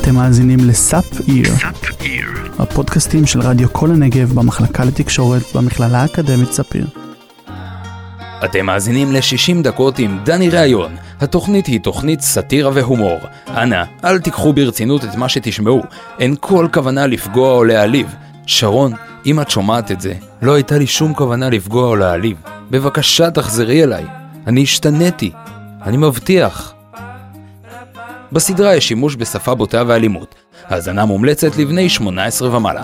אתם מאזינים לסאפ איר, הפודקאסטים של רדיו כל הנגב במחלקה לתקשורת במכללה האקדמית ספיר. אתם מאזינים ל-60 דקות עם דני ראיון. התוכנית היא תוכנית סאטירה והומור. אנא, אל תיקחו ברצינות את מה שתשמעו. אין כל כוונה לפגוע או להעליב. שרון, אם את שומעת את זה, לא הייתה לי שום כוונה לפגוע או להעליב. בבקשה תחזרי אליי. אני השתניתי. אני מבטיח. בסדרה יש שימוש בשפה בוטה ואלימות. האזנה מומלצת לבני 18 ומעלה.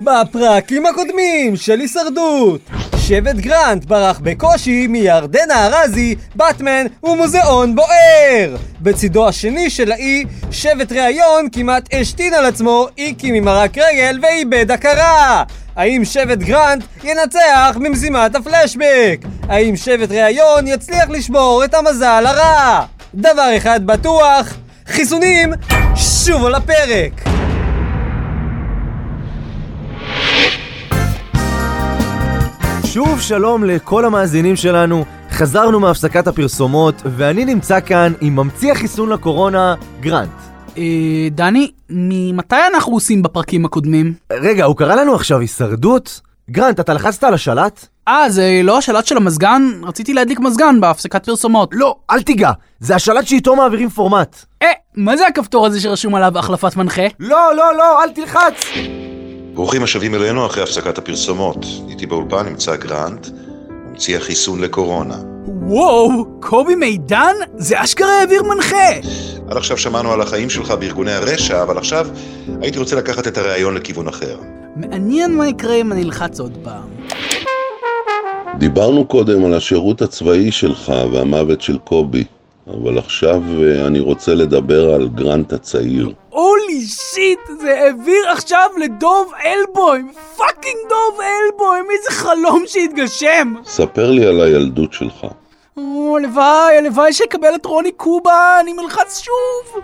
בפרקים הקודמים של הישרדות! שבט גרנט ברח בקושי מירדנה ארזי, באטמן ומוזיאון בוער! בצידו השני של האי, שבט ראיון כמעט השתין על עצמו, איקי ממרק רגל ואיבד הכרה! האם שבט גרנט ינצח במזימת הפלשבק? האם שבט ראיון יצליח לשבור את המזל הרע? דבר אחד בטוח, חיסונים שוב על הפרק! שוב שלום לכל המאזינים שלנו, חזרנו מהפסקת הפרסומות, ואני נמצא כאן עם ממציא החיסון לקורונה, גרנט. אה, דני, ממתי אנחנו עושים בפרקים הקודמים? רגע, הוא קרא לנו עכשיו הישרדות? גרנט, אתה לחצת על השלט? אה, זה לא השלט של המזגן? רציתי להדליק מזגן בהפסקת פרסומות. לא, אל תיגע, זה השלט שאיתו מעבירים פורמט. אה, מה זה הכפתור הזה שרשום עליו החלפת מנחה? לא, לא, לא, אל תלחץ! ברוכים השבים אלינו אחרי הפסקת הפרסומות. איתי באולפן נמצא גרנט, ממציא החיסון לקורונה. וואו, קובי מידן? זה אשכרה העביר מנחה! עד עכשיו שמענו על החיים שלך בארגוני הרשע, אבל עכשיו הייתי רוצה לקחת את הראיון לכיוון אחר. מעניין מה יקרה אם אני אלחץ עוד פעם. דיברנו קודם על השירות הצבאי שלך והמוות של קובי, אבל עכשיו אה, אני רוצה לדבר על גרנט הצעיר. הולי שיט, זה העביר עכשיו לדוב אלבוים! פאקינג דוב אלבוים! איזה חלום שהתגשם! ספר לי על הילדות שלך. או, הלוואי, הלוואי שיקבל את רוני קובה, אני מלחץ שוב!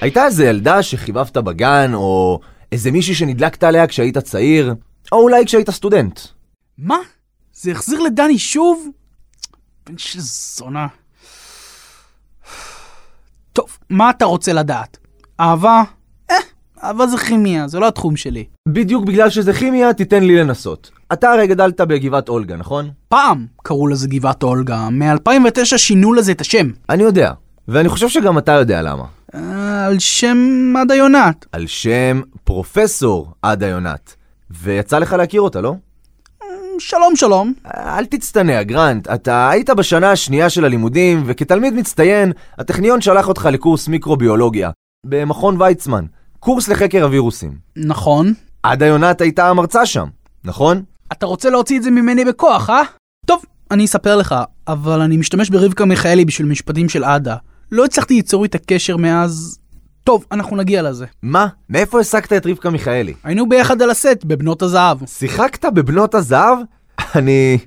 הייתה איזה ילדה שחיבבת בגן, או איזה מישהי שנדלקת עליה כשהיית צעיר, או אולי כשהיית סטודנט. מה? זה החזיר לדני שוב? בן של זונה. טוב, מה אתה רוצה לדעת? אהבה? אה, אהבה זה כימיה, זה לא התחום שלי. בדיוק בגלל שזה כימיה, תיתן לי לנסות. אתה הרי גדלת בגבעת אולגה, נכון? פעם קראו לזה גבעת אולגה, מ-2009 שינו לזה את השם. אני יודע, ואני חושב שגם אתה יודע למה. אה, על שם עדה יונת. על שם פרופסור עדה יונת. ויצא לך להכיר אותה, לא? שלום שלום. אל תצטנע, גרנט. אתה היית בשנה השנייה של הלימודים, וכתלמיד מצטיין, הטכניון שלח אותך לקורס מיקרוביולוגיה, במכון ויצמן, קורס לחקר הווירוסים. נכון. עדה יונת הייתה המרצה שם, נכון? אתה רוצה להוציא את זה ממני בכוח, אה? טוב, אני אספר לך, אבל אני משתמש ברבקה מיכאלי בשביל משפטים של עדה. לא הצלחתי ליצור איתה קשר מאז... טוב, אנחנו נגיע לזה. מה? מאיפה הסקת את רבקה מיכאלי? היינו ביחד על הסט בבנות הזהב. שיחקת בבנות הזהב? אני...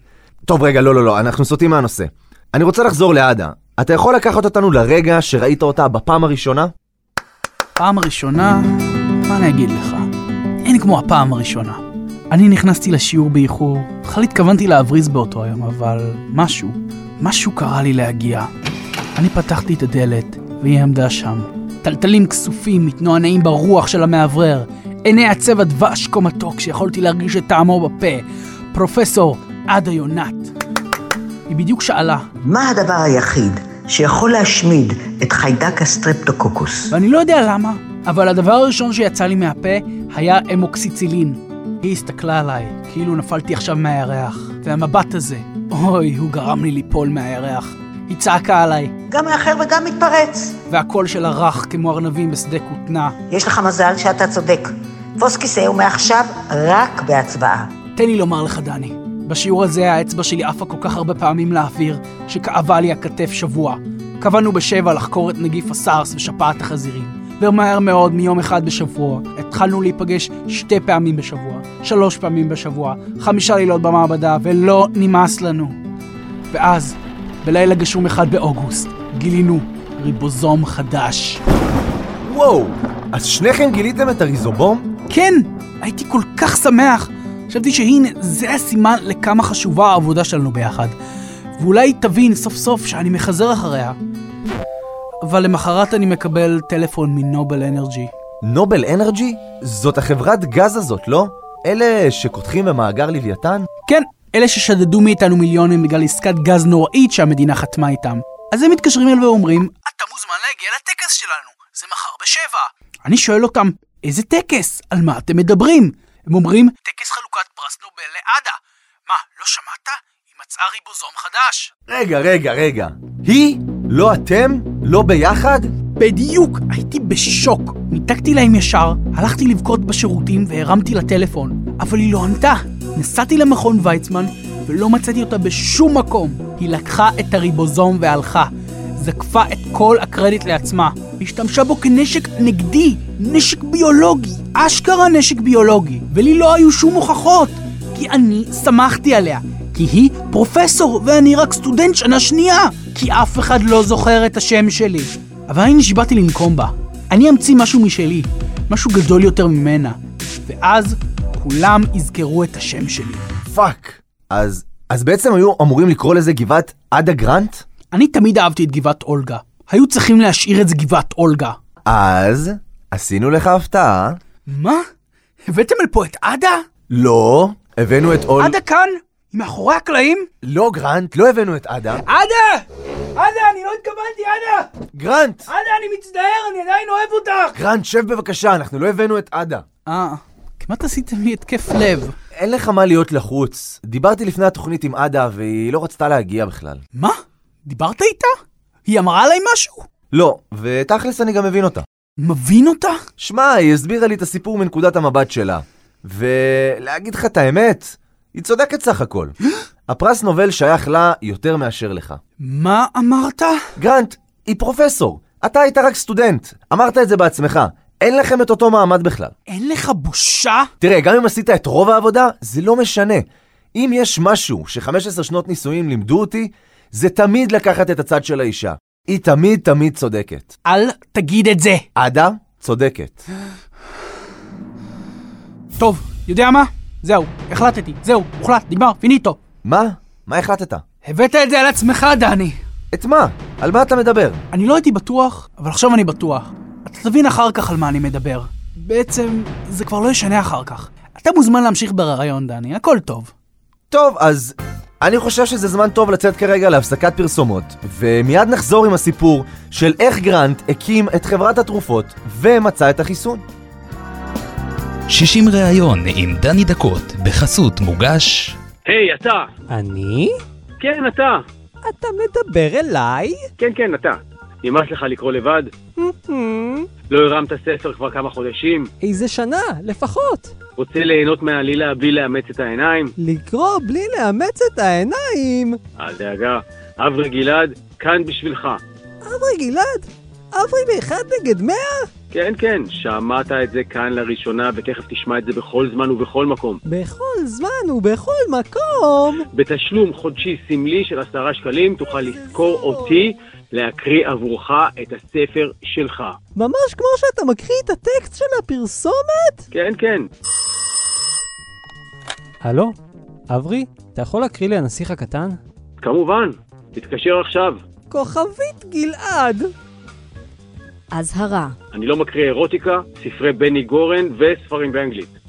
טוב, רגע, לא, לא, לא, אנחנו סוטים מהנושא. אני רוצה לחזור לעדה. אתה יכול לקחת אותנו לרגע שראית אותה בפעם הראשונה? פעם ראשונה, מה אני אגיד לך? אין כמו הפעם הראשונה. אני נכנסתי לשיעור באיחור, בכלל התכוונתי להבריז באותו היום, אבל משהו, משהו קרה לי להגיע. אני פתחתי את הדלת, והיא עמדה שם. טלטלים כסופים מתנוענעים ברוח של המאוורר, עיני הצבע דבש כה מתוק שיכולתי להרגיש את טעמו בפה. פרופסור עדה יונת. היא בדיוק שאלה, מה הדבר היחיד שיכול להשמיד את חיידק הסטרפטוקוקוס? ואני לא יודע למה, אבל הדבר הראשון שיצא לי מהפה היה אמוקסיצילין. היא הסתכלה עליי, כאילו נפלתי עכשיו מהירח. והמבט הזה, אוי, הוא גרם לי ליפול מהירח. היא צעקה עליי, גם מאחר וגם מתפרץ. והקול שלה רך כמו ארנבים בשדה כותנה. יש לך מזל שאתה צודק. תפוס כיסא ומעכשיו רק בהצבעה. תן לי לומר לך, דני, בשיעור הזה האצבע שלי עפה כל כך הרבה פעמים לאוויר, שכאבה לי הכתף שבוע. קבענו בשבע לחקור את נגיף הסארס ושפעת החזירים. ומהר מאוד, מיום אחד בשבוע, התחלנו להיפגש שתי פעמים בשבוע, שלוש פעמים בשבוע, חמישה לילות במעבדה, ולא נמאס לנו. ואז, בלילה גשום אחד באוגוסט, גילינו ריבוזום חדש. וואו! אז שניכם גיליתם את הריזובום? כן, הייתי כל כך שמח. חשבתי שהנה, זה הסימן לכמה חשובה העבודה שלנו ביחד. ואולי היא תבין סוף סוף שאני מחזר אחריה. אבל למחרת אני מקבל טלפון מנובל אנרג'י. נובל אנרג'י? זאת החברת גז הזאת, לא? אלה שקודחים במאגר לוויתן? כן, אלה ששדדו מאיתנו מיליונים בגלל עסקת גז נוראית שהמדינה חתמה איתם. אז הם מתקשרים אליי ואומרים, אתה מוזמן להגיע לטקס שלנו, זה מחר בשבע. אני שואל אותם, איזה טקס? על מה אתם מדברים? הם אומרים, טקס חלוקת פרס נובל לעדה. מה, לא שמעת? היא מצאה ריבוזום חדש. רגע, רגע, רגע. היא? לא אתם? לא ביחד? בדיוק, הייתי בשוק. ניתקתי להם ישר, הלכתי לבכות בשירותים והרמתי לטלפון, אבל היא לא ענתה. נסעתי למכון ויצמן ולא מצאתי אותה בשום מקום. היא לקחה את הריבוזום והלכה. זקפה את כל הקרדיט לעצמה. השתמשה בו כנשק נגדי, נשק ביולוגי, אשכרה נשק ביולוגי. ולי לא היו שום הוכחות, כי אני שמחתי עליה. כי היא פרופסור ואני רק סטודנט שנה שנייה. כי אף אחד לא זוכר את השם שלי. אבל אני נשבעתי לנקום בה. אני אמציא משהו משלי, משהו גדול יותר ממנה, ואז כולם יזכרו את השם שלי. פאק. אז, אז בעצם היו אמורים לקרוא לזה גבעת עדה גרנט? אני תמיד אהבתי את גבעת אולגה. היו צריכים להשאיר את זה גבעת אולגה. אז עשינו לך הפתעה. מה? הבאתם לפה את עדה? לא, הבאנו את אול... עדה כאן? היא מאחורי הקלעים? לא, גרנט, לא הבאנו את עדה. עדה! עדה, אני לא התכוונתי, עדה! גרנט! עדה, אני מצטער, אני עדיין אוהב אותך! גרנט, שב בבקשה, אנחנו לא הבאנו את עדה. אה, כמעט עשיתם לי התקף לב. אין לך מה להיות לחוץ. דיברתי לפני התוכנית עם עדה, והיא לא רצתה להגיע בכלל. מה? דיברת איתה? היא אמרה עליי משהו? לא, ותכלס אני גם מבין אותה. מבין אותה? שמע, היא הסבירה לי את הסיפור מנקודת המבט שלה. ולהגיד לך את האמת, היא צודקת סך הכל. הפרס נובל שייך לה יותר מאשר לך. מה אמרת? גרנט, היא פרופסור. אתה היית רק סטודנט. אמרת את זה בעצמך. אין לכם את אותו מעמד בכלל. אין לך בושה? תראה, גם אם עשית את רוב העבודה, זה לא משנה. אם יש משהו ש-15 שנות נישואים לימדו אותי, זה תמיד לקחת את הצד של האישה. היא תמיד תמיד צודקת. אל תגיד את זה. עדה צודקת. טוב, יודע מה? זהו, החלטתי. זהו, הוחלט, נגמר, פיניטו. מה? מה החלטת? הבאת את זה על עצמך, דני. את מה? על מה אתה מדבר? אני לא הייתי בטוח, אבל עכשיו אני בטוח. אתה תבין אחר כך על מה אני מדבר. בעצם, זה כבר לא ישנה אחר כך. אתה מוזמן להמשיך ברעיון, דני, הכל טוב. טוב, אז אני חושב שזה זמן טוב לצאת כרגע להפסקת פרסומות, ומיד נחזור עם הסיפור של איך גרנט הקים את חברת התרופות ומצא את החיסון. 60 ראיון עם דני דקות, בחסות מוגש היי, אתה. אני? כן, אתה. אתה מדבר אליי? כן, כן, אתה. נמאס לך לקרוא לבד? לא הרמת ספר כבר כמה חודשים? Mm-hmm. איזה שנה, לפחות. רוצה ליהנות מהעלילה בלי לאמץ את העיניים? לקרוא בלי לאמץ את העיניים. אל דאגה. אברי גלעד, כאן בשבילך. אברי גלעד, אברי באחד נגד מאה? כן, כן, שמעת את זה כאן לראשונה, ותכף תשמע את זה בכל זמן ובכל מקום. בכל זמן ובכל מקום. בתשלום חודשי סמלי של עשרה שקלים תוכל לזכור אותי להקריא עבורך את הספר שלך. ממש כמו שאתה מקריא את הטקסט של הפרסומת? כן, כן, הלו? אברי, אתה יכול להקריא לי הנסיך הקטן? כמובן. נכון, תתקשר עכשיו. כוכבית גלעד. אזהרה, אני לא מקריא אירוטיקה, ספרי בני גורן וספרים באנגלית.